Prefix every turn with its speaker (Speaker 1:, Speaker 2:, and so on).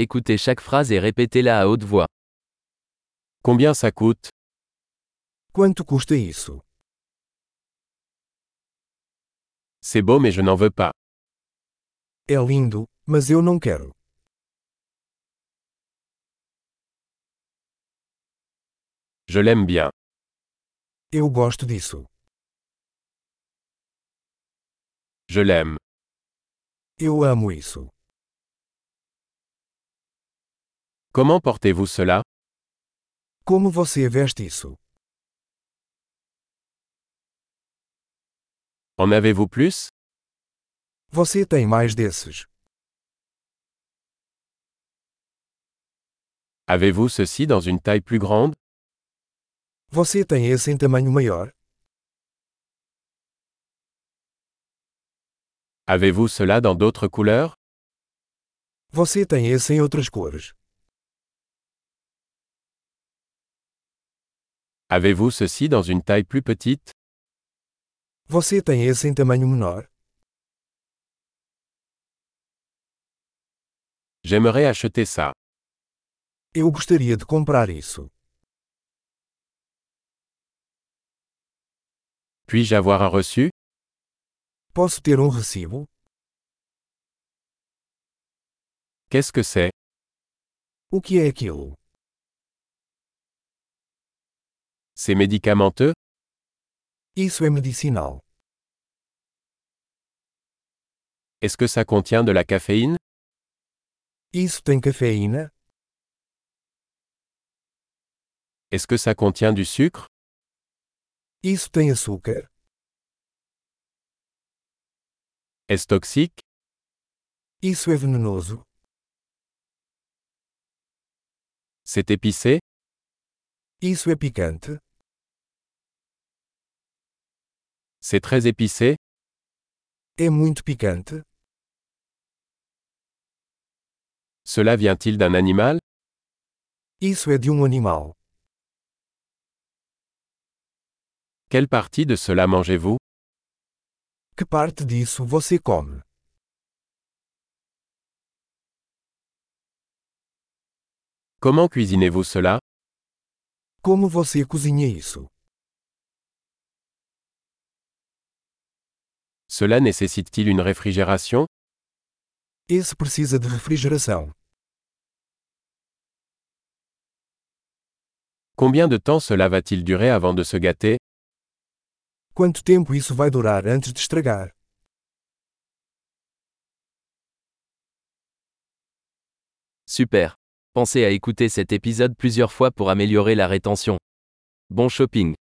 Speaker 1: Écoutez chaque phrase et répétez-la à haute voix.
Speaker 2: Combien ça coûte
Speaker 3: Quanto custa isso?
Speaker 2: C'est beau mais je n'en veux pas.
Speaker 3: É lindo, mas eu não quero.
Speaker 2: Je l'aime bien.
Speaker 3: Eu gosto disso.
Speaker 2: Je l'aime.
Speaker 3: Eu amo isso.
Speaker 2: Comment portez-vous cela
Speaker 3: Como você veste isso?
Speaker 2: En avez-vous plus
Speaker 3: Você tem mais desses.
Speaker 2: Avez-vous ceci dans une taille plus grande
Speaker 3: Você tem esse em tamanho maior?
Speaker 2: Avez-vous cela dans d'autres couleurs
Speaker 3: Você tem esse em outras cores?
Speaker 2: Avez-vous ceci dans une taille plus petite
Speaker 3: Você tem esse em tamanho menor?
Speaker 2: J'aimerais acheter ça.
Speaker 3: Eu gostaria de comprar isso.
Speaker 2: Puis-je avoir un reçu
Speaker 3: Posso ter um recibo?
Speaker 2: Qu'est-ce que c'est
Speaker 3: O que é aquilo?
Speaker 2: C'est médicamenteux
Speaker 3: Isso é medicinal.
Speaker 2: Est-ce que ça contient de la caféine
Speaker 3: Isso tem cafeína?
Speaker 2: Est-ce que ça contient du sucre
Speaker 3: Isso tem açúcar?
Speaker 2: Est-ce toxique
Speaker 3: Isso é venenoso?
Speaker 2: C'est épicé
Speaker 3: Isso é picante?
Speaker 2: C'est très épicé
Speaker 3: É muito picante?
Speaker 2: Cela vient-il d'un animal
Speaker 3: Isso é de um animal.
Speaker 2: Quelle partie de cela mangez-vous
Speaker 3: Que parte disso você come?
Speaker 2: Comment cuisinez-vous cela
Speaker 3: Como você cozinha isso?
Speaker 2: Cela nécessite-t-il une réfrigération
Speaker 3: Esse precisa de refrigeração.
Speaker 2: Combien de temps cela va-t-il durer avant de se gâter
Speaker 3: Quanto tempo isso vai durar antes de estragar?
Speaker 1: Super. Pensez à écouter cet épisode plusieurs fois pour améliorer la rétention. Bon shopping.